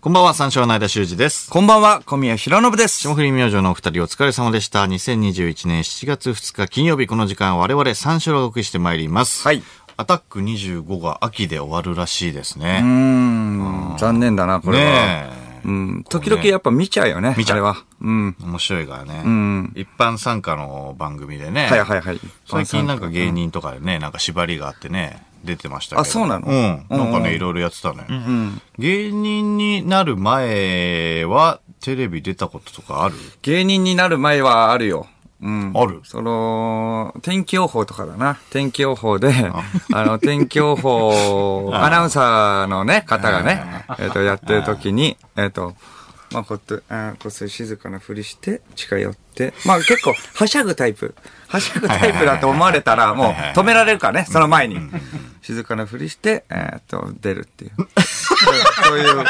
こんばんは、三照の間修二です。こんばんは、小宮弘信です。霜降り明星のお二人お疲れ様でした。2021年7月2日金曜日この時間我々三照をお送りしてまいります。はい。アタック25が秋で終わるらしいですね。うーん、残念だな、これは。ねえ。うん、時々やっぱ見ちゃうよね。見ちゃうあれは。うん。面白いからね。ん一般参加の番組でね。はいはいはい。最近なんか芸人とかでね、なんか縛りがあってね、出てましたけど。あそうなのうん。なんうんうんかね、いろいろやってたのよ。芸人になる前は、テレビ出たこととかある芸人になる前はあるよ。うん。あるその、天気予報とかだな。天気予報で、 あの、天気 予報、アナウンサーのね、方がね、えっと、やってる時に、えっと、まあ、こうやって、あーこっそり静かなふりして、近寄って、まあ、結構、はしゃぐタイプ。はしゃぐタイプだと思われたら、もう、止められるからね、その前に。静かなふりして、えっと、出る っていう。そういう、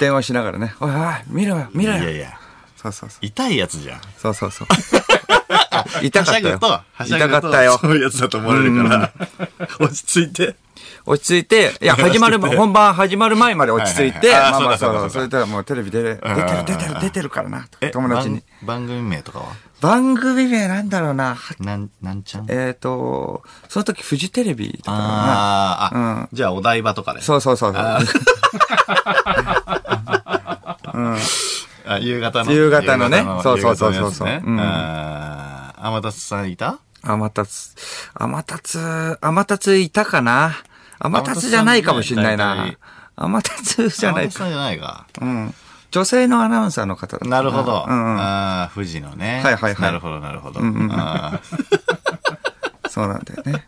電話しながらね、おいおい、見ろよ、見ろいやよい。や、そうそうそう。痛いやつじゃん。そうそうそう。 痛かったよ。はしゃぐと痛かったよ。そういうやつだと思われるから、 落ち着いて。落ち着いて、いや、始まる、本番始まる前まで落ち着いて、はいはいあまあーまあそそうだそうだう、それとはもうテレビ出れ、出てる出てる出てるからな、友達に。番。番組名とかは番組名なんだろうな。なん、なんちゃんえっと、その時フジテレビだったからな。あーうあ、じゃあお台場とかで。そうそうそうそう。あ夕方の。夕方のね夕そうそうそうそう夕方のやつうねんあー天達さんいた天達、天達、天達いたかな天達じゃないかもしれないな。天達じゃな天い達さんか。じゃないか。うん。女性のアナウンサーの方だったなるほど。うんうん。ああ、富士のね。はいはいはいなるほど、なるほど。あーそうなんだよね。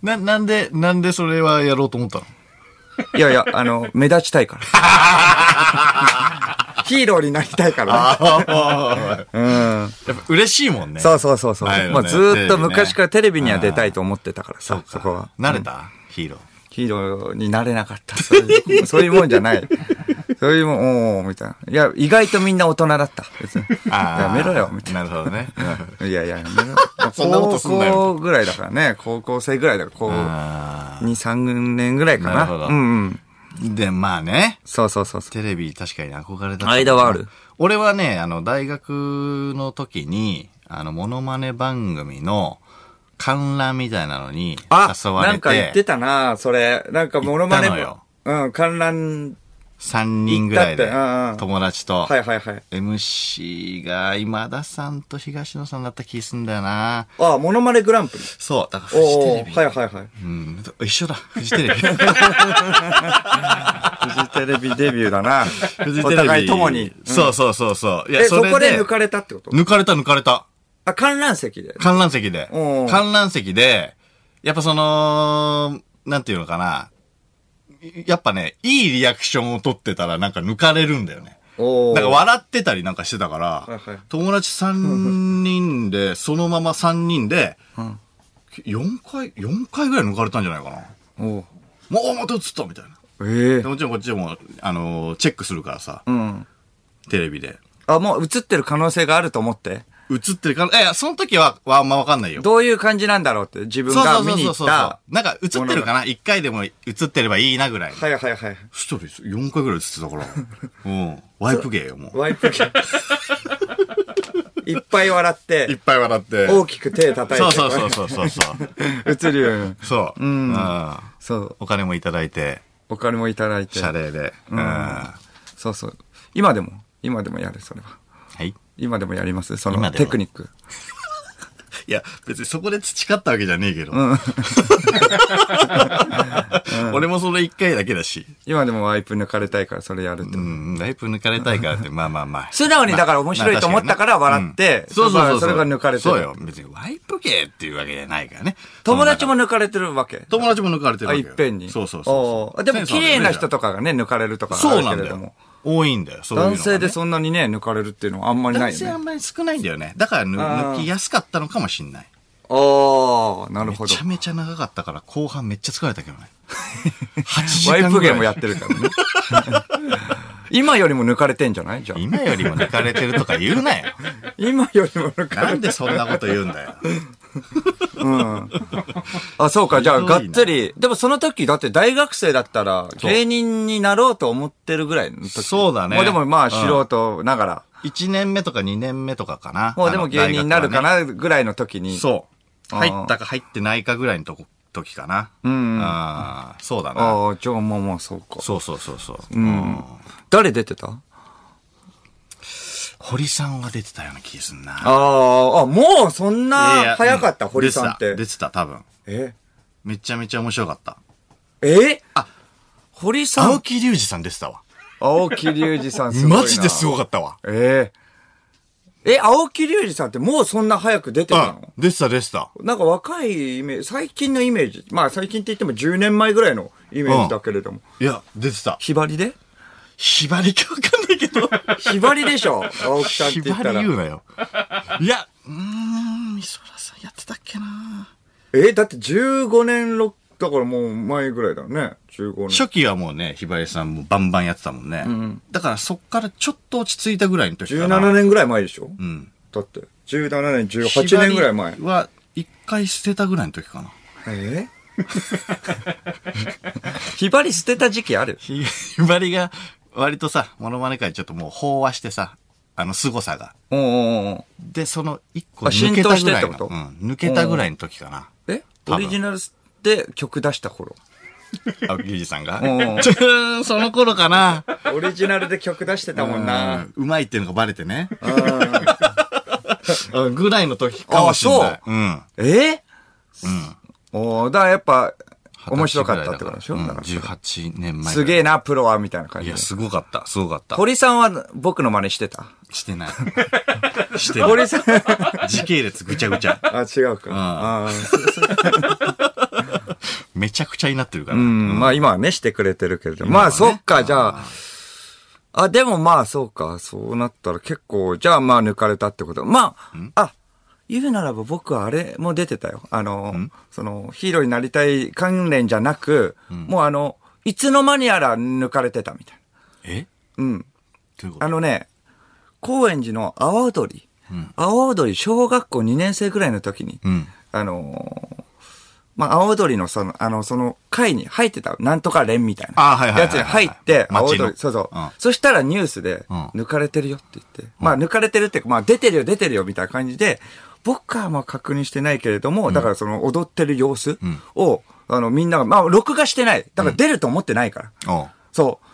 な、なんで、なんでそれはやろうと思ったの いやいや、あの、目立ちたいから。ヒーローになりたいからね。ああ、うん。やっぱ嬉しいもんね。そうそうそうそう。はいまあずーっと昔からテレビには出たいと思ってたからそうさか、そこは。慣れたヒーロー。ヒーローになれなかった。そういうそういうもんじゃない。そういうもん、おーみたいな。いや、意外とみんな大人だった。別に。あーやめろよ、みたいな。なるほど ね。いやいや、やめろ。 そんなことすんなよ高校ぐらいだからね。高校生ぐらいだから、こう、2、あ3年ぐらいかな。なるほどうんうん。ーで、まあね。そうそうそうそう。テレビ確かに憧れだった。間はある俺はね、あの、大学の時に、あの、モノマネ番組の観覧みたいなのにあ、誘わなれんか言ってて、たな、それ。なんかモノマネ。行ったのようん、観覧。 3人ぐらいで行ったってうんう、ん友達と、はいはいはい。 MC が今田さんと東野さんだった気すんだよな。あ、モノマネグランプリ。そう、だからフジおテレービ。はいはいはい。うん、一緒だ、フジテレビ。フジテレビデビューだ な。フジテレビ。 お互い共に。そうそうそうそう。いえ、そこで抜かれたってこと抜かれた抜かれた。あ、観覧席で。観覧席でうん。観覧席で、やっぱその、なんていうのかな。やっぱね、いいリアクションを取ってたらなんか抜かれるんだよね。おなんかー。笑ってたりなんかしてたからいはい、友達3人で、そのまま3人で、4回、4回ぐらい抜かれたんじゃないかな。おーもうまた映ったみたいな。ええでもちろんこっちでも、あのーチェックするからさ、うん。テレビで。あ、もう映ってる可能性があると思って。映ってるから、いや、その時は、はあんまわかんないよ。どういう感じなんだろうって、自分そうそがう見にそ行うっそう。た。なんか映ってるかな一回でも映ってればいいなぐらい。はいはいはい。一人4回ぐらい映ってた から。うん。ワイプ芸よ、もう。ワイプ機。いっぱい笑っ、いってぱい笑って。大きく手叩いて。そうそうそうそうそうそう。 映るように。 そう。んうんそう。お金もいただいて、お金もいただいて。謝礼で。うん。はそうそう。今でも、今でもやる、それは。い。い今でもやりますそ今のでもテクニック。や、別にそこで培ったわけじゃねえけど。 俺もそれ一回だけだし。今でもワイプ抜かれたいからそれやるって。うん、ワイプ抜かれたいから って、まあまあまあ。素直にだから面白いと思ったから笑ってまあまあ確かにねうんそうそうそうそれが抜かれてるそうよ。別にワイプ系っていうわけじゃないからね。友達も抜かれてるわけ。友達も抜かれてるあ、わけいっよぺんに。そうそうそうそおーう。でも綺麗な人ととかがね、抜かれるとかあそうるなけんだれどよも。。多いんだよ、そういうのがね男性でそんなにね、抜かれるっていうのはあんまりな男い性あよね。んまり少ないんだよね。だからぬあー抜きやすかったのかもしんない。あー、なるほめどち。ゃめちゃ長かったから、後半めっちゃ疲れたけ どね。8時ワ間イぐプらい。ゲームやってるからね。 今よりも抜かれてんじゃないじゃあ。今 よりも抜かれてるとか言うなよ。今よりも抜かなれんてでそんなこと言うんだよ。うん。あ、そうか、じゃあ、ひどがいっなつり。でもその時、だって大学生だったら、芸人になろうと思ってるぐらいの時。そうだねもうでもうまあ、ん素人ながら。 1年目とか2年目とかかな。もうでもあの芸人になるか、なぐらいの時大学はねに。そう。あー入ったか入ってないかぐらいのとこ時かな。う。うん。あああ、そうだな。あ、じゃあまあまあ、そうか。そうそうそうそう。うん。誰出てた堀さんが出てたような気がすんな。ああ、あ、もうそんいやいやな早かった、う堀さんっ出てた。出てた、多分。えめちゃめちゃ面白かった。えあ、堀さ青ん木隆二さん出てたわ。青木隆二さんすごいな。マジですごかったわ。えええ、青木隆二さんってもうそんな早く出てたのうん。出てた、出てた。なんか若いイメージ、最近のイメージ、まあ最近って言っても10年前ぐらいのイメージだけれども。いや、出てた。ひばりでひばりかわかんないけ ど。ひばりでしょ青木さんってひ言っばたりら。言うなよ。いや、うーん、美空さんやってたっけなえ、だって15年6、だからもう前ぐらいだよね。15年。初期はもうね、ひばりさんもバンバンやってたもんね。だからそっからちょっと落ち着いたぐらいの時かな。 17年ぐらい前でしょうん。だって。17年、18年ぐらい前ひば。りは、一回捨てたぐらいの時かな。 えひばり捨てた時期あるひひばりが、割とさ、モノマネ界ちょっともう飽和してさ、あの凄さが。うんうんうん。で、その一個あ抜けたぐらい浸透してのってことうん、抜けたぐらいの時か な。え多オ分リジナルで曲出し た頃。青木じさんがうん。ちょその頃かな。オリジナルで曲出してたもんな。うまいっていうのがバレてね。うん ぐらいの時かもしれないあ。うん。えうん。おーだからやっぱ、面白かったってことでしょ、うんだから18年前。すげえな、プロは、みたいな感いじや、で。すごかった。すごかった。堀さんは僕の真似してたしてない。 してない。堀さん。時系列ぐちゃぐちゃ。あ、違うか。あーめちゃくちゃになってるから。うん、まあ今はね、してくれてるけれども。まあそっか、じゃあ。あ、でもまあそうか、そうなったら結構、じゃあまあ抜かれたってこと。まあ、あ、言うならば僕はあれも出てたよ。あの、そのヒーローになりたい関連じゃなく、もうあの、いつの間にやら抜かれてたみたいえな。うん。どういうことあのね、高円寺の阿波踊り。阿波踊り、小学校2年生ぐらいの時に、うん。あのーまあ、青踊りのその、あの、その会に入ってた、なんとか連みたいな。あはいはいはいやつに入って、街の青踊り、そうそう。うんそしたらニュースで、うん抜かれてるよって言って。まあ、抜かれてるっていうか、まあ、出てるよ、出てるよ、みたいな感じで、僕はまあ確認してないけれども、だからその踊ってる様子を、あの、みんなが、まあ、録画してない。だから出ると思ってないから。おうそう。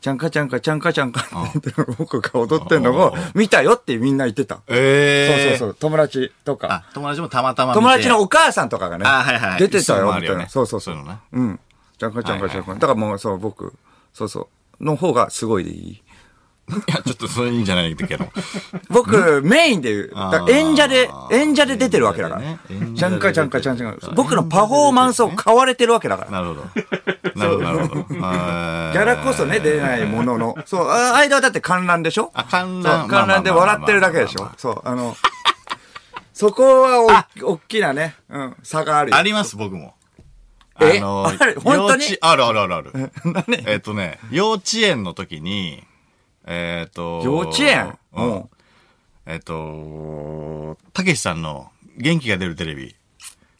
ちゃんかちゃんかちゃんかちゃんかって、僕が踊ってるのを見たよってみんな言ってた。ええそうそうう。そう、友達とか。あ、友達もたまたま見て友達のお母さんとかがね、あはいはい出てたそういうのよもあみるたよいねな。そうそうそう。そういうのねうん。ちゃんかちゃんかちはいゃんはいか。だからもう、そう、僕、そうそう。の方がすごいでいい。いや、ちょっとそれいいんじゃないんだけど。僕、メインで言う。だから演者であ、ー演者で出てるわけだから演者でね演者で出て。るちゃんかちゃんかちゃんかちゃんか。僕のパフォーマンスを買われてるわけだから。なるほど。なるほど、なる ほど。ギギャャラこそね、出ないものの。そう、あ間はだって観覧でしょあ観覧そまうあまあ観覧でまあまあ笑ってるだけでしまあょまそう、あの、そこはお、大きなね、うん、差があるよあります、僕も。えのあれ本当に幼稚あるあるあるある。えっとね、幼稚園の時に、えっと、幼稚園ううんん。えっと、たけしさんの元気が出るテレビ、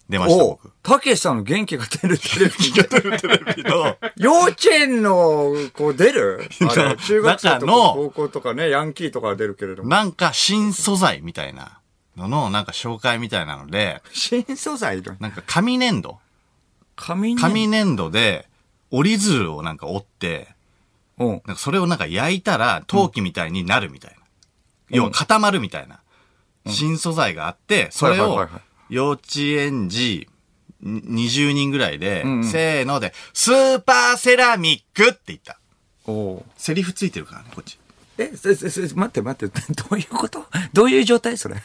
出ました、お僕。たけしさんの元気が出るテ レビ。出るテレビの、幼稚園の子出る あれ中学生中とかの高校とかね、ヤンキーとかは出るけれども。なんか新素材みたいなのの、なんか紹介みたいなので、新素材のなんか紙粘土紙ね紙粘土で折り鶴をなんか折って、うん。なんかそれをなんか焼いたら陶器みたいになるみたいな。要は固まるみたいな。新素材があって、それはいはいをはいはい幼稚園児に20人ぐらいで、んうんせーので、スーパーセラミックって言った。おうセリフついてるからね、こっち。え、せ、せ、せ、待って待って、どういうことどういう状態それ。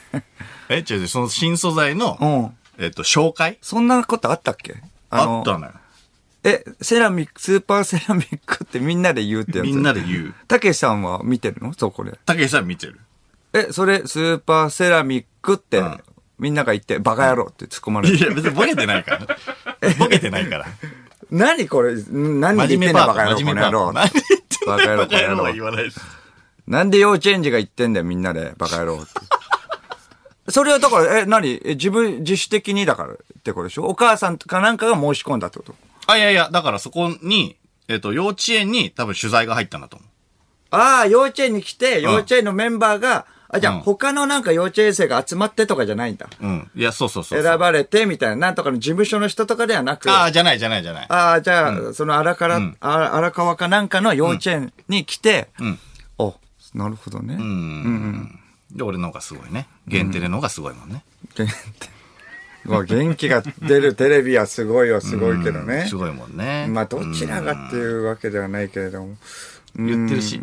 え、違う違う、その新素材うの、ん。えっと、紹介そんなことあったっけあのったのよ。え、セラミック、スーパーセラミックってみんなで言うってやつ。みんなで言う。たけしさんは見てるのそう、これ。たけしさん見てる。え、それ、スーパーセラミックって、うんみんなが言って、バカ野郎って突っ込まれる。いや、別にボケてないから。ボケてない から。何これん何言っ真てん面だ目パバーカ野ト、真面目郎、このパー野ト。何郎。言ってんバカ野だバカ野郎バカ野郎郎は言わないです。なんで幼稚園児が言ってんだよ、みんなで、バカ野郎って。 それはだから、え、何え自分、自主的にだからってことでしょお母さんとかなんかが申し込んだってことあ、いやいや、だからそこに、えっ、と、幼稚園に多分取材が入ったんだと思う。ああ、幼稚園に来て、幼稚園のメンバーが、あ、じゃあ、うん他のなんか幼稚園生が集まってとかじゃないんだ。うん。いや、そうそうそうそう。選ばれてみたいな、なんとかの事務所の人とかではなく、あああ、じゃないじゃないじゃない。あ、じゃあ、その荒川、あ荒川かなんかの幼稚園に来て、んお、なるほどね。うん。で、俺の方がすごいね。限定での方がすごいもんね。元気まあ元気が出るテレビはすごいはすごいけどねす。ごいもんね。まあ、どちらがっていうわけではないけれども。うん言ってるし。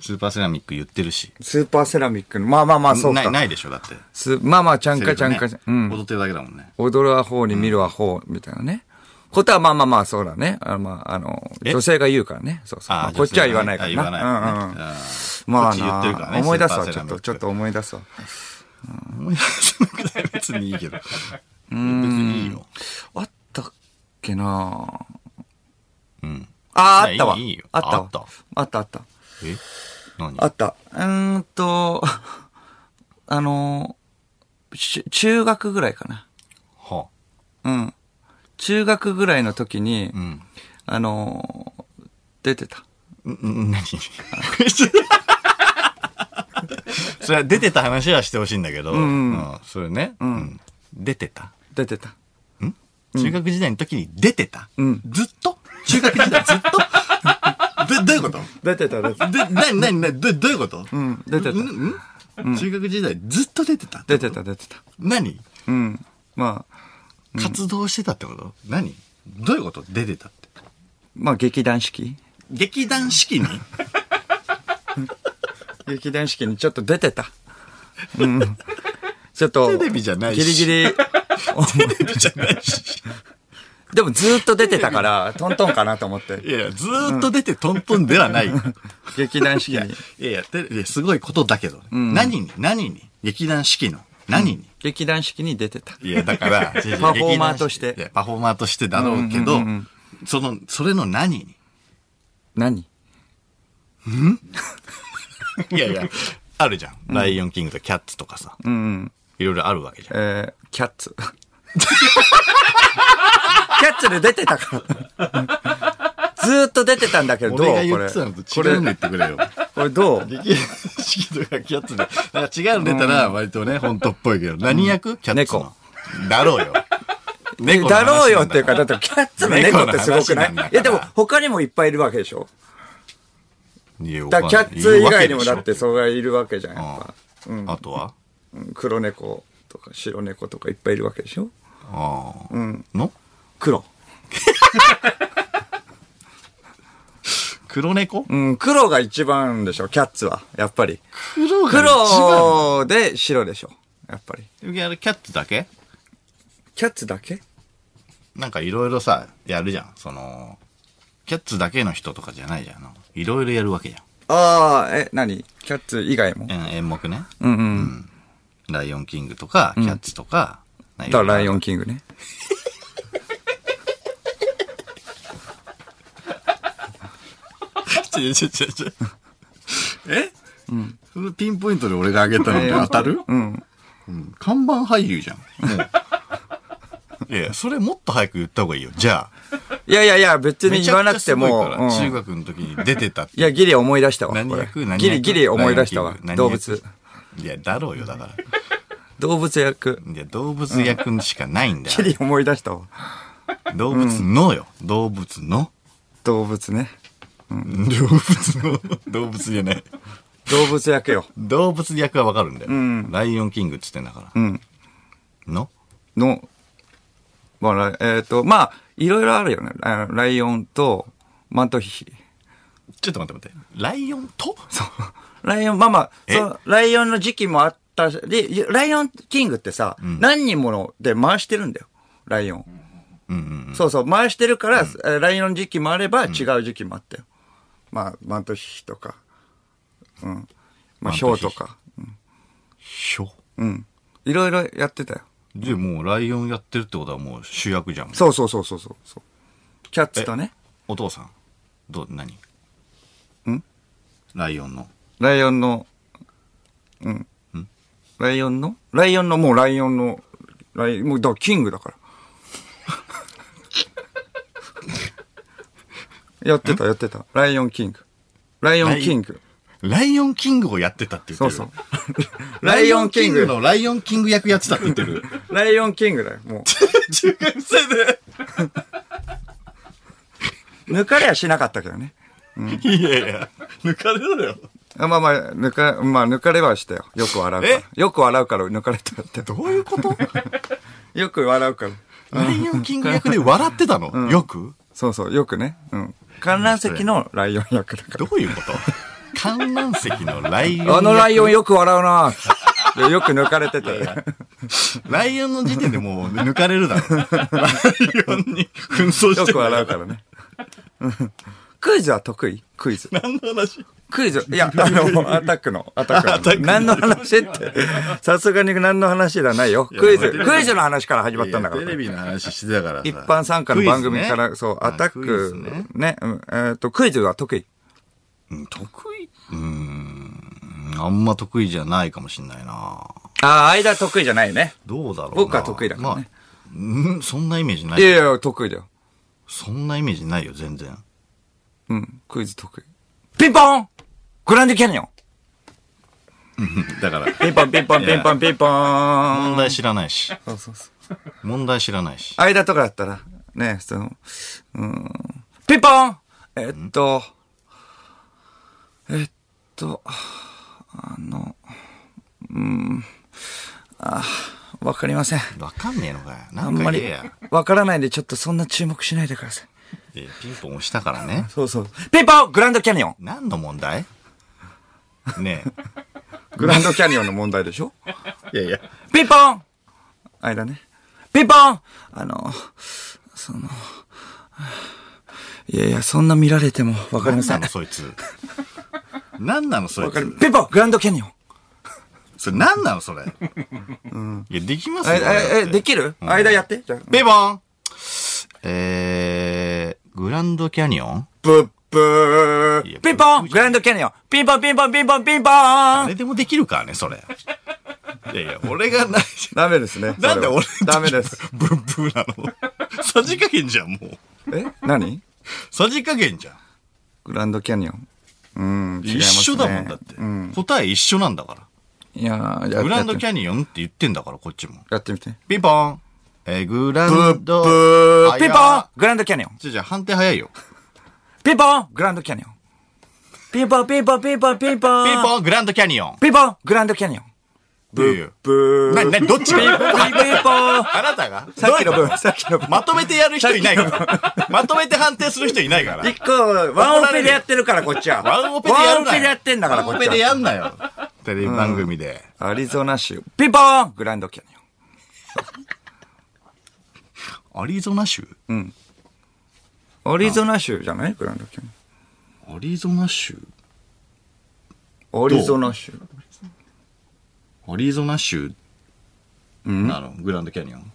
スーパーセラミック言ってるし。スーパーセラミックの、まあまあまあ、そうない、か。ないでしょ、だって。すまあまあ、ちゃんかちゃんセかリフね、うん。踊ってるだけだもんね。踊るは方に見るは方みたいなね。ことはまあまあまあ、そうだね。あの、まあ、あの、え女性が言うからね。そうそう。まあこっちは言わないからあ言わないからねな。うんうん。あまこあっち言ってるからねな、思い出すわ、スーちパーセラょっミッと、クちょっと思い出すわ。ー思い出せなくない 別にいいけど。別にいいよ。あったっけなうん。あいあ、あやったわいいいいよ。あったあわった。あったあった。え何あった。うーんと、 あの、し中学ぐらいかな。はうん。中学ぐらいの時に、あうん。あの、出てた。うんうん、 何それは出てた話はしてほしいんだけど、うんそれね、うん出てた。出てた。ん中学時代の時に出てた、うんずっと中学時代ずっと どどういうこと出てた、出てた。、で、なになになにどどういうことうん出てた。ん中学時代ずっと出てた出てた、出てた。何うん。まあ、活動してたってこと、何どういうこと出てたって。まあ、劇団四季劇団四季に劇団四季にちょっと出てた。うん。ちょっと、テレビじゃないしギリギリ。テレビじゃないし。でもずーっと出て たから、トントンかなと思って。いやいや、ずーっと出てトントンではない。劇い団四季やに。、いやいや、テレビいやすごいことだけどね、何に、何に、劇団四季の、何に。劇団四季に出てた。いや、だから、パフパフォーマーとしていや、パフォーマーとしてだろうけど、うんうんうんその、それの何に。何いやいや、あるじゃん。ライオンキングとキャッツとかさ、うんうん。いろいろあるわけじゃん。えー、キャッツ。 キャッツで出てたから。ずーっと出てたんだけど、どう俺がこれ。言ってたのと違こうの言れ、ってくれよ。こ れどう劇団四季とかキャッツで、なんか違うの出たら割とね、本当っぽいけど、何役キャッツの。だろうよ。 猫の話なんだからろうよっていうか、だってキャッツの猫ってすごく猫なの話ないんだからいやでも他にもいっぱいいるわけでしょいやだからキャッツ以外にもだっ。いるわけてでしょそれはいるわけじゃん、やっぱ。うんあとはうん黒猫とか白猫とかいっぱいいるわけでしょああ。の黒。黒猫うん、黒が一番でしょ、キャッツは。やっぱり。黒黒で白でしょ、やっぱり。黒いやキャッツだけキャッツだけなんかいろいろさ、やるじゃん。その、キャッツだけの人とかじゃないじゃん。いろいろやるわけじああ、え、何キャッツ以外も。ゃん。え演目ね。うんうん。ライオンキングとか、キャッツとか。だからライン。オンキングね。ちょちょちょちょ。 えそれピンポイントで俺が挙げたのって当たるうん。うん看板俳優じゃん。もういやいや、それもっと早く言った方がいいよ。じゃあ。いやいやいや、別にめち言ゃわくなちゃくてすごいも。からうん中学の時に出てたっていや、ギリ思い出したわ。何これ役何役ギリギリ思い出したわ何。役動物。いや、だろうよ、だから。動物役。いや、動物役しかないんだギよ。リ思い出したわ。動物のよ。動物の。動物ね。動物の。 動物じゃない。動物役よ。動物役はわかるんだよ。ライオンキングっつってんだから。んのの、まあ、らえっ、と、まあ、いろいろあるよね。あのライオンと、マントヒヒ。ちょっと待って待って。ライオンとそう。ライオン、まあまあ、えそう、ライオンの時期もあったし、で、ライオンキングってさ、何人もので回してるんだよ。ライオン。うんうん。そうそう、回してるから、えーライオンの時期もあれば、違う時期もあったよ。まあ、マントヒヒとか、うん。まあ、ヒョウとか、ひょ。うん。いろいろやってたよ。で、もうライオンやってるってことはもう主役じゃん。そうそうそうそうそうそう。キャッツとね、お父さん。どう、何んライオンの。ライオンの、うん。ライオンのライオンの、もうライオンの、ライもう、だからキングだから。 やってた、やってた。ライオンキング。ライオンキング。ライオンキングをやってたって言ってそうる。そう。ラ ライイオオンンキキンンググのライオンキング役やってたって言ってる。 ライオンキングだよ、も中学生で。う。抜かれはしなかったけどね。いやいや、抜かれろよ。あまあまあ、抜か、まあ、抜かれはしたよ。よく笑うからえ。よく笑うから抜かれたって。どういうことよく笑うから。 ライオンキング役で笑ってたの、よくそうそう、よくね。うん。観覧席のライオン役だかどういう こと観覧席のライオンら。役。あのライオンよく笑うな いやよく抜かれてたよ。ライオンの時点でもう抜かれるだろ。ライオンに紛争してよんだく笑うからね。 クイズは得意クイズ。何の話クイズ、いや、あ の、アタックの、アタアタッッククのの。何の話 って、さすがに何の話じゃないよ。クイズ、いやクイズの話から始まったんだかいやテレら。ビの話してたからさ。一般参加の番組かクイズねら、そう、アタッあクイズクね、ね、うんえっと、クイズは得意。うん得意うーん。あんま得意じゃないかもしんないなああ、間得意じゃないね。どうだろうな僕は得意だからねまあ、うん、そんなイメージないい。やいや、得意だよ。そんなイメージないよ、全然。うん、クイズ得意。ピンポングランディキャニオンだから、ピンポンピンポンピンポンピンポーン問題知らないし。そうそうそう。問題知らないし。間とかだったら、ね、その、うーん、ピンポンえっと、えっと、あの、うーん、あ、わかりません。わかんねえのかよ。なあんんかま言えりや。、わからないんで、ちょっとそんな注目しないでください。えピンポン押したからね。そうそう。ピンポングランドキャニオン何の問題ねグランドキャニオンの問題でしょえ。いやいや。ピンポン間ね。ピンポンあの、その、いやいや、そんな見られてもわかりま何せ。なんのわそいつ。何なのそいかるつ。ピンポングランドキャニオンそれ何なのそれ。いや、できますよ。え、え、え、でききる間やってじゃあ。ピンポンえー、グランドキャニオンブッブいやーピンポングランドキャニオンピンポンピンポンピンポンピンポーン誰でもできるからね、それ。いやいや、俺がない。ダメですね。なんで俺それはダメです。。ブンブンなの。さじ加減じゃん、もう。え何さじ加減じゃん。グランドキャニオン。うん、違一います緒ねだもんだってうん。。答え一緒なんだかいやーじゃら。あグランドやっキてャニオンって言ってんだから、こっちも。やってみて。ピンポン。えー、グラブッンブド。ーピンポン早グランドキャニオンいじゃあじゃあ判定早いよ。ピンポングランドキャニオン。ピンポンピンポンピンポンピンポン。ピンポン、グランドキャニオン。ピンポングランドキャニオン。ブー。ブな、な、どっち ピンポンがピンポン。あなたがさっきの分、さっきの分。まとめてやる人いない から。まとめて判定する人いないから。一個、ワンオペでやってるから、こっちは。ワンオペでやるなよ。ワンオペでやってんだから、こワンオっペちでは。やんなよ。テレビ番組で。アリゾナ州。ピンポングランドキャニアリゾナ州オン。アリゾナ州じゃないグランドキャニアリゾナ州オン。アリゾナ州。アリゾナ州なのグランドキャニオン。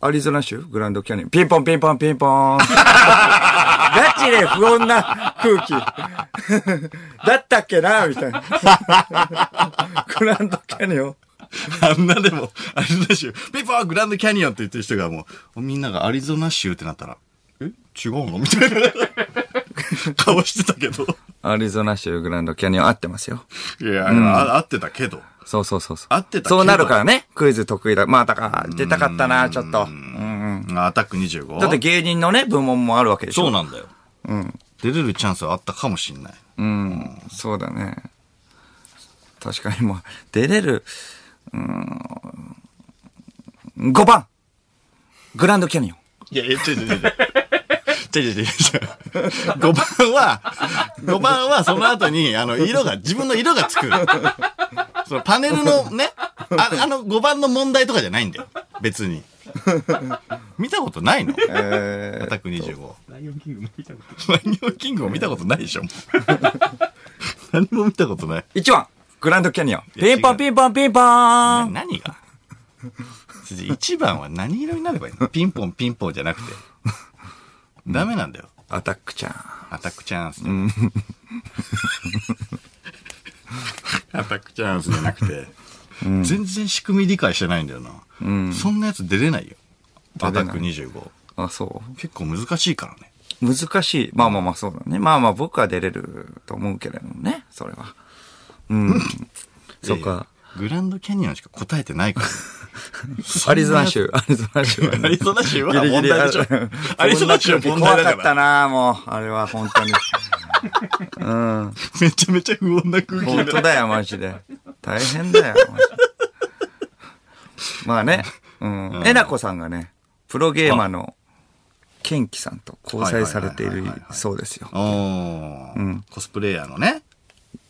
アリゾナ州グランドキャニオン。ピンポンピンポンピン ポン。ガチで不穏な空気。 だったっけなみたいな。 グランドキャニオン。あんなでも、アリゾナ州、ペーパーグランドキャニオンって言ってる人がもう、みんながアリゾナ州ってなったら、え違うのみたいな顔してたけど。アリゾナ州グランドキャニオン合ってますよ。いや、あ合ってたけど。そうそうそうそう。合ってたけどそうなるからね。クイズ得意だ。まあ、だから、出たかったな、ちょっと。うんうん。アタック 25? だって芸人のね、部門もあるわけでしょ。そうなんだよ。出れるチャンスはあったかもしんない。うん。そうだね。確かにもう、出れる、うん。5番グランドキャニオン。いや、いや、ちょいちょいちょい。ちょいちょいちょい。5番は、5番はその後に、あの、色が、自分の色がつく。そのパネルのね、ああの5番の問題とかじゃないんだよ。別に。見たことないのえアタック25。ライオンキングも見たことライオンキングを見たことないでしょ。もう何も見たことない。ー、1番グランドキャニオン。いやピンポ違うンピンポンピンポなーン何が一番は何色になればいい のピンポンピンポンじゃなくて。ダメなんだよ。アタッ クちゃん。アタックチャンスで。タックチャンスじゃなくて、全然仕組み理解してないんだよな。そんなやつ出れないよ。アタック25。あ、そ結構難しいからね。う。難しい。まあまあまあ、そうだね。まあまあ、僕は出れると思うけれどもね、それは。うん。 そうか。えー。グランドキャニオンしか答えてない からね、アリゾナ州、 アリゾナ州はねアリゾナ州は問題でしょ ギリギリ。アリゾナ州は問題怖だかかっら。たなもう。あれは本当 に。めちゃめちゃ不穏な空気にな本る当だよ、マジで。大変だよ、マジでまあね、うん。えなこさんがね、プロゲーマーのケンキさんと交際されているそうですよ。おーコスプレイヤーのね。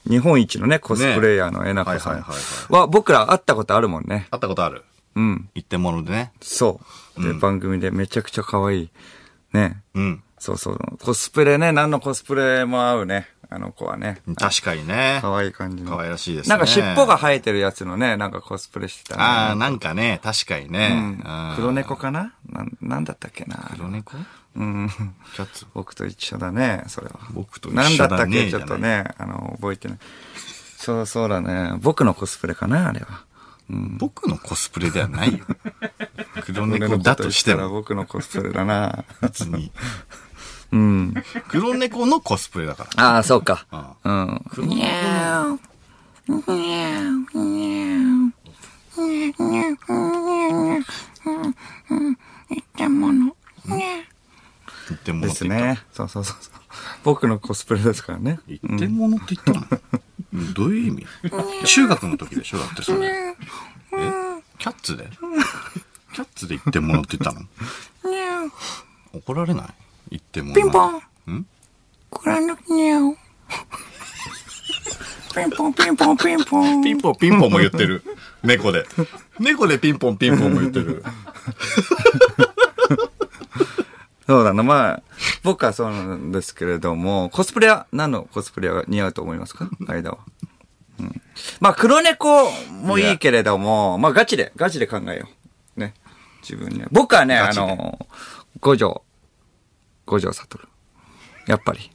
日本一のね、コスプレイヤーのえなこさはいんはいはいは、僕ら会ったことあるもんね。会ったことある。うん。一点物でね。そう。で、番組でめちゃくちゃ可愛い。ね。うん。そうそう。コスプレね、何のコスプレも合うね。あの子はね。確かにね。可愛い感じの。可愛らしいですねなんか尻尾が生えてるやつのね、なんかコスプレしてたねああ、なんかね、確かにね。あー黒。猫かななんなんだったっけな黒猫うん。 キャッツ。僕と一緒だね、それは。僕と一緒だなねんだったっけちょっとね、あの、覚えてない。そうそうだね。僕のコスプレかなあれは。僕のコスプレではないよ。 黒俺猫のだとしてこと言ったらも、僕のコスプレだな 別に。うん。黒猫のコスプレだから。ああ、そうか。あうん。にゃー一点物でってす言った。ね。そうそうそうそう。僕のコスプレですからね。一点物って言ったのどういう意味中学の時でしょだってそれ。えキャッツでキャッツで一点物って言ったのニャオ、怒られない一点物。ピンポン。んご覧のニャオ。ピンポン、ピンポン、ピンポン。ピンポンピンポンも言ってる。 猫で。猫でピンポンピンポンも言ってる。そうだな。まあ、僕はそうなんですけれども、コスプレは、何のコスプレが似合うと思いますか間は。うん。まあ、黒猫もいいけれども、まあ、ガチで、ガチで考えよう。ね。自分には。僕はね、ガあチでの、五条、五条悟。やっぱり。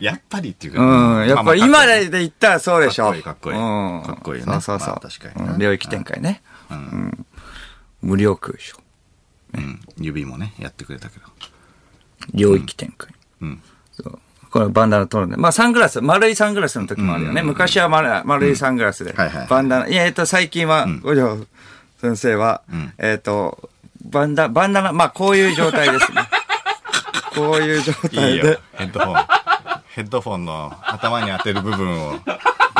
やっぱりっていうか。うん。やっぱりまあまあ今で言ったらそうでしょ。かっこいいうん。かっこいいかっこいいねそうそうそう。まあ確かになうん領域展開ね。うん。無料空でしょ。うん、指もね、やってくれたけど。領域展開。うん。そうこのバンダナ取るんで。まあサングラス、丸いサングラスの時もあるよね。昔は丸丸いサングラスで。はいはいバンダナ、いや、えっと、最近は、五条先生は、んえっと、バンダ、バンダナ、まあこういう状態ですね。こういう状いい態よで。、ヘッドフォン。ヘッドフォンの頭に当てる部分を、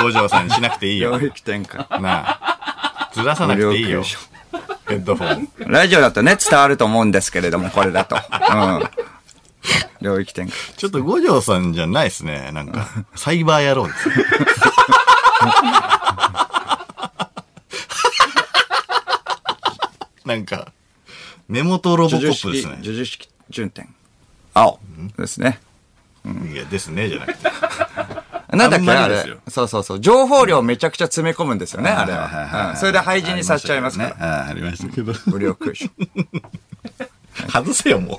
五条さんにしなくていいよ領。域展開。なあ。ずらさなくていいよ無料空。所ヘッドフォン。ラジオだとね、伝わると思うんですけれども、これだと。うん。領域展開。ちょっと五条さんじゃないですね。なんか、サイバー野郎です。なんか、根元ロボコ叙々ップで式、す叙ね。々式順天。青ですね。いや、ですね、じゃなくて。なんだっあんけまりあですよれ。そうそうそう。情報量めちゃくちゃ詰め込むんですよね、あれはいはいはいは。はういんそれで廃人にさせちゃいますから。ね。あーありましたけど。無料空所。 外せよ、もう。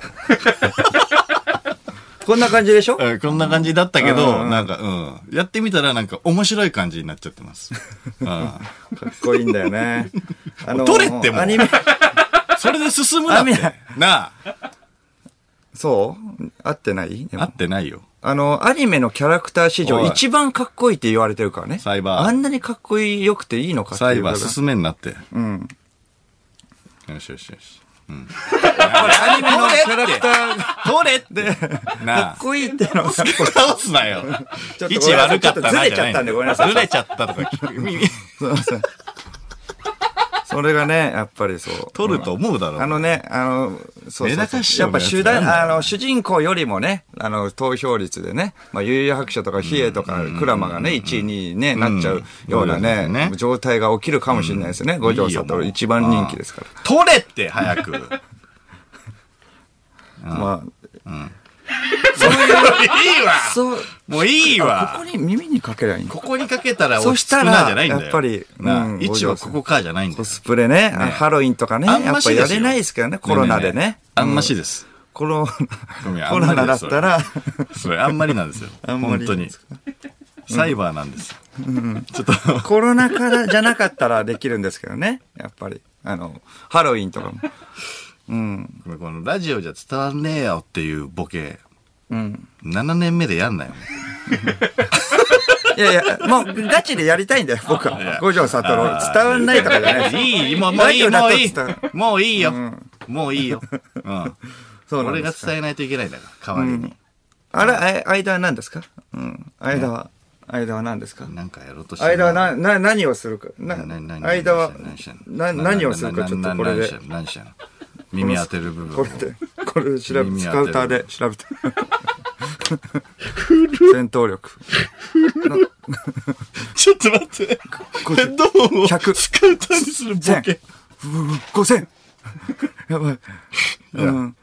こんな感じでしょえーこんな感じだったけうんど、うんなんか、うん。やってみたらなんか面白い感じになっちゃってます。うんかっこいいんだよね。 あ撮れってもうアニメ、それで進むなっあて見ない。なあ。そう合ってないでも合ってないよ。あの、アニメのキャラクター史お上い一番かっこいいって言われてるからね。サイバーあんなにかっこいいよくていいのかってサいイうぐらバい。ー進めんなって。うん。よしよしよし。これアニメのキャラクターが撮れってかなっあ。 こいいってのが。倒すなよちょっとご。めん位なさ置い悪かったな。ちょっとずれちゃったんでじごめんなゃさないいずれちゃったとか聞く。耳そうそうそれがね、やっぱりそう。撮ると思うだろう。あのね、あの、そうそうそう目立たしいよやっうなぱやつ主なんだよ題、あの、主人公よりもね、あの、投票率でね、まあ、悠々白書とか、比叡とか、クラマがね、1位、2位ね、なっちゃうようなそうですねね、状態が起きるかもしれないですね。五条悟、一番人気ですから。ら。撮れって、早く。まあ、いいわそう、もういいわここに耳にかけりゃいいんだここにかけたらそ落しちた着くらなじゃないんだよ。やっぱりなあうん位置はここかじゃないんだコよ。スプレね、あハロウィンとかね、あんやまっしぱですよやれないですけどね、コロナでね。あんましです。コロごめん、コロナだったら、それあんまりなんですよ。 あんまり本当に。サイバーなんです。ちょっと、コロナからじゃなかったらできるんですけどね。やっぱり。あの、ハロウィンとかも。うん。このラジオじゃ伝わんねえよっていうボケ、うん。 7年目でやんなよ。いやいや、もうガチでやりたいんだよ、僕は。五条悟。伝わんないとかじゃないです。いい、もうもういい、もういい。もういいようん。もういいよ。うん。そうなん俺でがすか。伝えないといけないんだから、代わりに。あれ、あ間は何ですかうん。間は、間は何ですかなんかやろうとしてる間はな、な、何をするか。な、なな間は何してん、のな、な何をするか、ちょっとこれなでな。な何してんの耳当てる部分これで、これで調べ、耳ス当てるカウターで調べて。戦闘力。ちょっと待って。ヘッドホンを100スカウターにするボ千ケ。五千やばい。うん。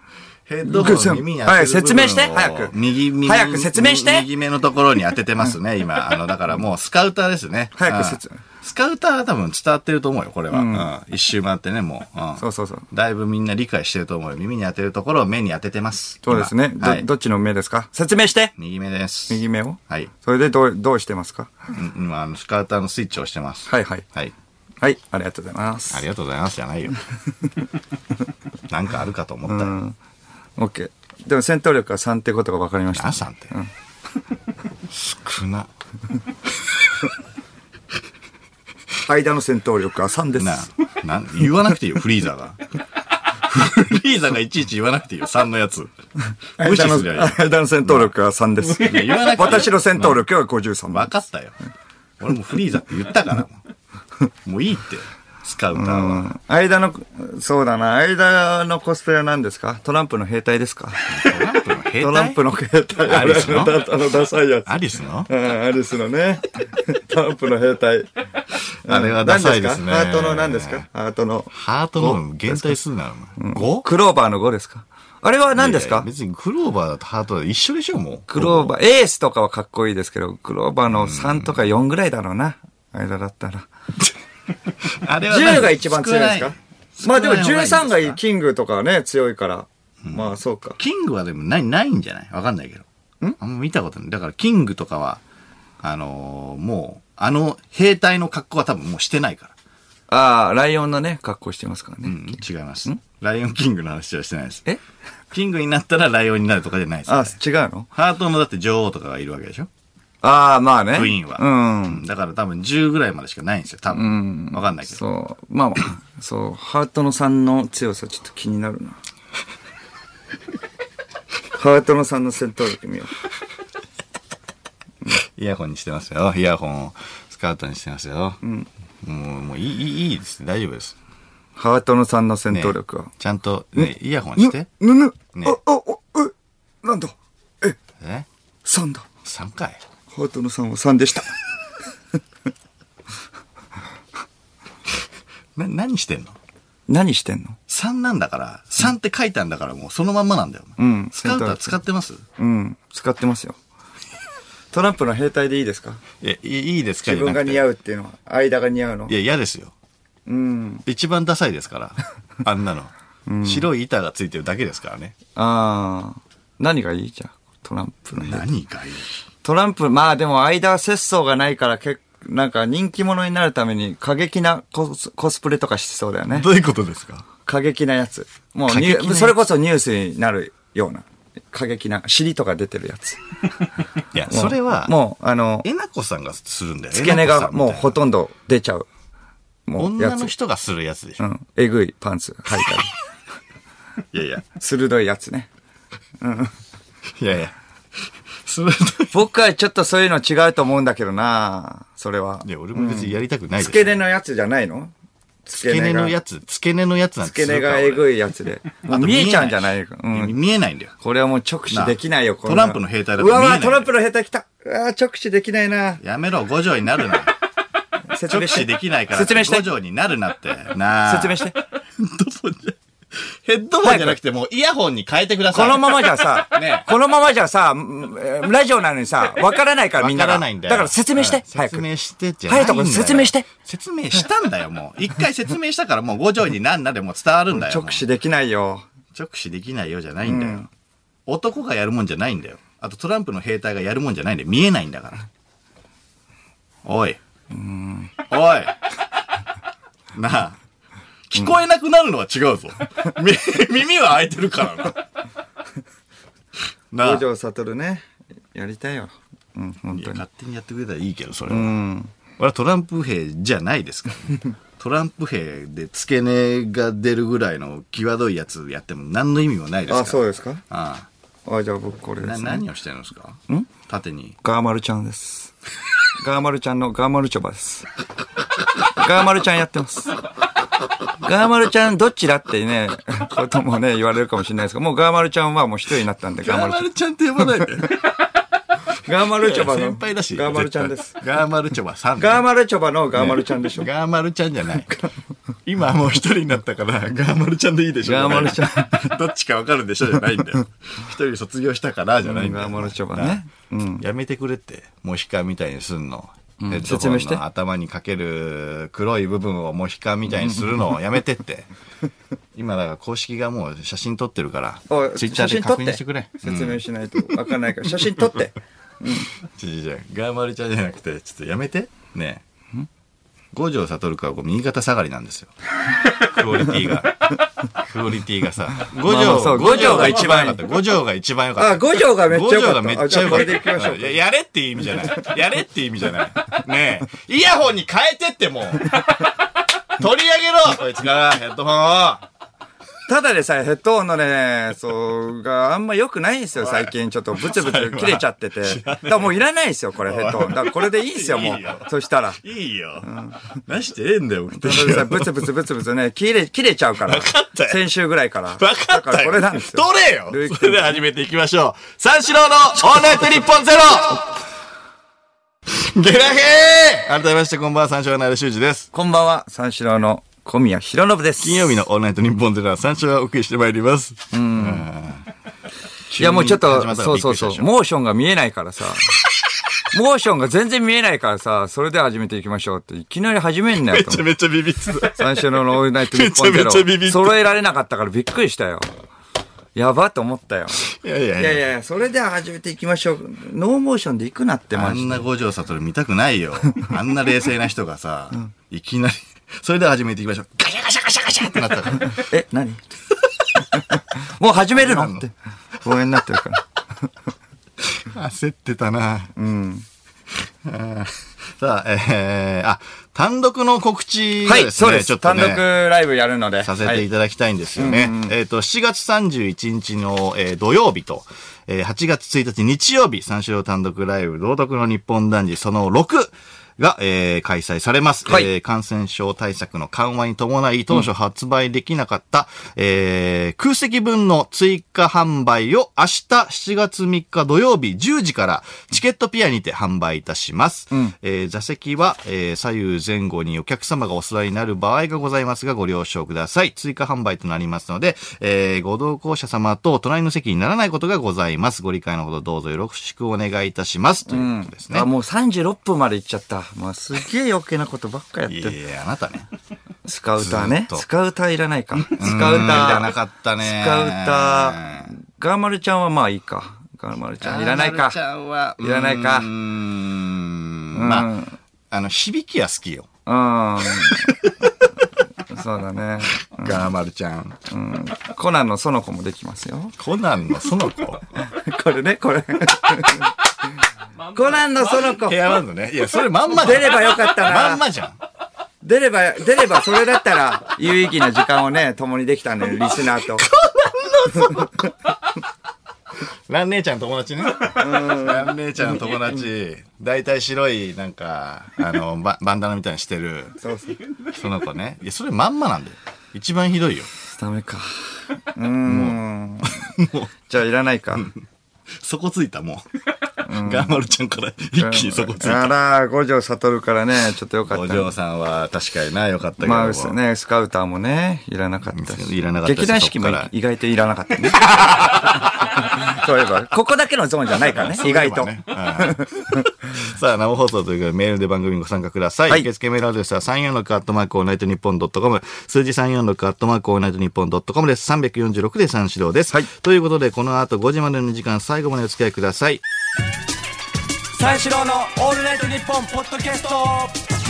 ヘッドホン5000を耳に当てる部分をはい説明して早く右耳。早く説明して右目のところに当ててます ね、今。あの、だからもうスカウターですね。早く説うんスカウターは多分伝わってると思うよ、これは。うん一周回ってね、もう。うんそうそうそう。だいぶみんな理解してると思うよ。耳に当てるところを目に当ててます。そうですね。今はど、い。どっちの目ですか説明して右目です。右目をはい。それでどう、どうしてますかうん今、あの、スカウターのスイッチを押してます。はいはいはい。はい、ありがとうございます。ありがとうございますじゃ ないよ。なんかあるかと思ったよ。オッケー。でも戦闘力は3ってことが分かりました何。さんって。少な。間の戦闘力は3でなす。あなん、言わなくていいよ、フリーザが。フリーザがいちいち言わなくていいよ、3のやつ。無視間すりゃいいの。間の戦闘力は3です。や言わなくていい私の戦闘力は53。分かったよ。俺もフリーザって言ったからもう。もういいって、スカウターは。間の、そうだな、間のコスプレは何ですかトランプの兵隊ですかトランプの兵隊トランプの兵隊。アリスのあのあのダサいやつ。アリスのうんアリスの ね。トランプの兵隊。あれはダサいですね。何かハートの何ですかハートの。ハートの限定するな、お前。5? クローバーの5ですかあれは何ですいやいかや別にクローバーとハートは一緒でしょ、もう。クローバー、エースとかはかっこいいですけど、クローバーの3とか4ぐらいだろうな。間だったら。あれは何10が一番強いですか少まなあいでも少ない方13がいいんですかがキングとかはね、強いから。まあそうか。キングはでもない、ないんじゃないわかんないけど。あんま見たことない。だからキングとかは、あのーもう、あの兵隊の格好は多分もうしてないから。ああ、ライオンのね、格好してますからうね。ん、違います。ライオンキングの話はしてないです。えキングになったらライオンになるとかじゃないです。あ、違うのハートのだって女王とかがいるわけでしょああ、まあね。クイーンは。うん。だから多分10ぐらいまでしかないんですよ、多分。わかんないけど。そう。まあま あ、そう。ハートの3の強さちょっと気になるな。ハートの3の戦闘力見よう。イヤホンにしてますよ。イヤホンをスカートにしてますよ。もう、もういい、いいいいです。大丈夫です。ハートの3の戦闘力は。ちゃんと、ね、イヤホンして。ぬ、ぬ、ねあ、あ、あ、え、なんだえ、え3だ。 ?3 回ハートの3は3でした。 な、何してんの何してんの ?3 なんだから、3って書いたんだからもうそのまんまなんだよ。お前うんスカウター使ってますうん。使ってますよ。トランプの兵隊でいいですかいや、いいいですか自分が似う。合うっていうのは。間が似合うのい。や、嫌ですよ。うん。一番ダサいです から。あんなの。白い板がついてるだけですからね。ああ。何がいいじゃん。トランプの兵隊。何がいいトランプ、まあでも間は節操がないから結構なんか人気者になるために過激なコスコスプレとかしそうだよねど。ういうことですか過激なやつ。もう過ニ激なュやつそれこそニュースになるような。過激な、尻とか出てるやつ。いや、もうそれは、もう、あの、えなこさんがするんだよ。付け根がもうほんとんど出ちゃう。もう、や女つの。人がするやつでしうょ。ん。えぐいパンツ履い たり。いやいや、鋭いやつね。いやいや。する僕はちょっとそういうの違うと思うんだけどなそれは。いや、俺も別にやりたくないです。付け根のやつじゃないの付け根のやつ、付け根のやつなん付け根がえい。ぐいやつで。 あと見えちゃうんじゃないか。う見えん。見えないんだよ。これはもう直視できないよ、なこんなトランプの兵隊だとうわう見えなわ、いトランプの兵隊来た。うわ、直視できないな。やめろ、五条にな るな。説明直して。視できないから。説明して五。条になるなって。なあ。説明して。ドボンじゃ ヘッドホンじゃなくて、もうイヤホンに変えてくださこい。のままじゃさね、このままじゃさ、うんえーラジオなのにさ、わからないからみわんなかが。らないんだよ。から説明して、早説く。明してじゃないんだよ。隼人君説明して。説明したんだよ、もう。一回説明したから、もう五条になんなでもう伝わるんだよ。直視できないよ。直視できないよじゃないんだよ、うん男がやるもんじゃないんだよあとトランプの兵隊がやるもんじゃないんで見えないんだからおい。おい。なあ。聞こえなくなるのは違うぞ。み耳は開いてるからな。 なあ五。条悟ね、やりたいよ。うん、本いや当に。勝手にやってくれたらいいけど、それは。うん。俺はトランプ兵じゃないです から、トランプ兵で付け根が出るぐらいの際どいやつやっても何の意味もないですから。あ、そうでですかああ、じゃあ僕これあでなすね。何をしてるんですか縦に。ガーマルちゃんです。ガーマルちゃんのガーマルチョバです。ガーマルちゃんやってます。ガーマルちゃんどっちだってね、こともね、言われるかもしれないですが、もうガーマルちゃんはもう一人になったんで、ガーマルちゃん。ちゃんって呼ばないで。ガーマルチョバの。先輩だし。ガーマルちゃんです。絶対。ガーマルチョバさん。ガーマルチョバのガーマルちゃんでしょ。ガーマルちゃんじゃない。今はもう一人になったから、ガーマルちゃんでいいでしょ。ガーマルちゃん。 どっちかわかるでしょじゃないんだよ。一人卒業したからじゃないんだよ。ガーマルチョバねな。やめてくれって。モヒカンみたいにすんの。ヘッド説ホ明ンしての頭にかける黒い部分をモヒカンみたいにするのをやめてって。今だから公式がもう写真撮ってるからお、いツイッターで確認してくれ。写真撮って説明しないとわかんないから、写真撮って。ちょちょちょガーマルちゃんじゃなくて、ちょっとやめて。ねえ五条悟君はこう右肩下がりなん ですよ。クオリティが。クオリティがさ。五まあまあそ条、う五条が一番良かった。五条が一番良か あ、った。五条がめっ五ちゃよ条かがった。めっちゃ良あじあこかれっ。で行きましたょういややれって意味じゃない。やれって意味じゃない。ねえ。イヤホンに変えてってもう。取り上げろこいつから、ヘッドホンを。ただでさえヘッドホンのね、そう、があんま良くないんですよ、最近。ちょっとブツブツ切れちゃってて。だからもういらないですよ、これヘッドホン。だからこれでいいですよ、もういいよ。そしたら。いいよ。何してええんだよ、俺ただでさえブツブツブツブツね、切れ、切れちゃうから。かったよ先週ぐらいから。分かだっからたこよ。れなんですよ。取れよルーキーそれでは始めていきましょう。三四郎のオールナイト日本ゼロゲラヘー改めましてこんばんは、三四郎の相田修二です。こんばんは、三四郎の小宮弘信です。金曜日のオールナイト日本ゼロは三四郎がお送りしてまいります。いやもうちょっ急に始まっと、たそからうびっくそうりしたそでしう、ょモーションが見えないからさ。 モーションが全然見えないからさ、それでは始めていきましょうって、いきなり始めんなよめとちゃ思めって。ちゃビビってた。最初のロールナイト日本ゼめちゃめちゃビビっロ。た揃えられなかったからびっくりしたよ。やばと思ったよ。いやいやいいや。やいやいや、それでは始めていきましょう。ノーモーションで行くなってあマジんで。な五条悟見たくないよ。あんな冷静な人がさ、いきなり、それでは始めていきましょう。ガシャガシャガシャガシャってなったから。え、何 もう始めるのって。応援になってるから。焦ってたな。うん。さあ、えー、あ、単独の告知を はですね、い、そうです。ちょっと単ね、独ライブやるので。させていただきたいんですよね。えっ、と、7月31日の、えー土曜日と、えー8月1日日曜日、三四郎単独ライブ、道徳の日本男児その6、が、えー開催されます、はいえー感染症対策の緩和に伴い、当初発売できなかった、えー空席分の追加販売を明日7月3日土曜日10時からチケットピアにて販売いたします。えー座席は、えー左右前後にお客様がお座りになる場合がございますが、ご了承ください。追加販売となりますので、えーご同行者様と隣の席にならないことがございます。ご理解のほどどうぞよろしくお願いいたします。ということですね。あ、もう36分まで行っちゃった。もうすげえ余計なことばっかやっいてやるい。や、あなたね。スカウターねず。っとスカウターいらないか。スカウター。いらなかったねスカウター。ガーマルちゃんはまあいいか。ガーマルちゃんいらないまるかち。ゃんは。いらないかうーん。まあ、あの、響きは好きよ。うん。そうだね。ガーマルちゃん。コナンの園子もできますよ。コナンのその子。これね、これ。コナンの園子。ヘアバンドね。いや、それまんまじ出ゃん。ればよかったまんな。まじゃん。出れば、出ればそれだったら有意義な時間をね、共にできたんだよ、リスナーと。ラン姉ちゃん友達ね。ラン姉ちゃん友達。大体白い、なんか、あの、ババンダナみたいにしてる、そうそう。その子ね。いや、それまんまなんだよ。一番ひどいよ。ダメか。うーん。じゃあいらないか。そこついた、もう。ガーマルちゃんから一気にそこついたあ。ら、五条悟からね、ちょっとよかおった。嬢さんは確かにな、良かったけども。まあ、ね、スカウターもね、いらなかったし。いらなかったし劇団四季もそっから意外といらなかっ たね。そういえば、ここだけのゾーンじゃないからね、意外そと。ういえばねうん さあ、生放送ということでメールで番組にご参加ください。はい受付メールアドレスは346アットマークオールナイトニッポンドットコム。数字346アットマークオールナイトニッポンドットコムです。346で三四郎です。ということで、この後5時までの時間、最後までお付き合いください。三四郎のオールナイトニッポンポッドキャスト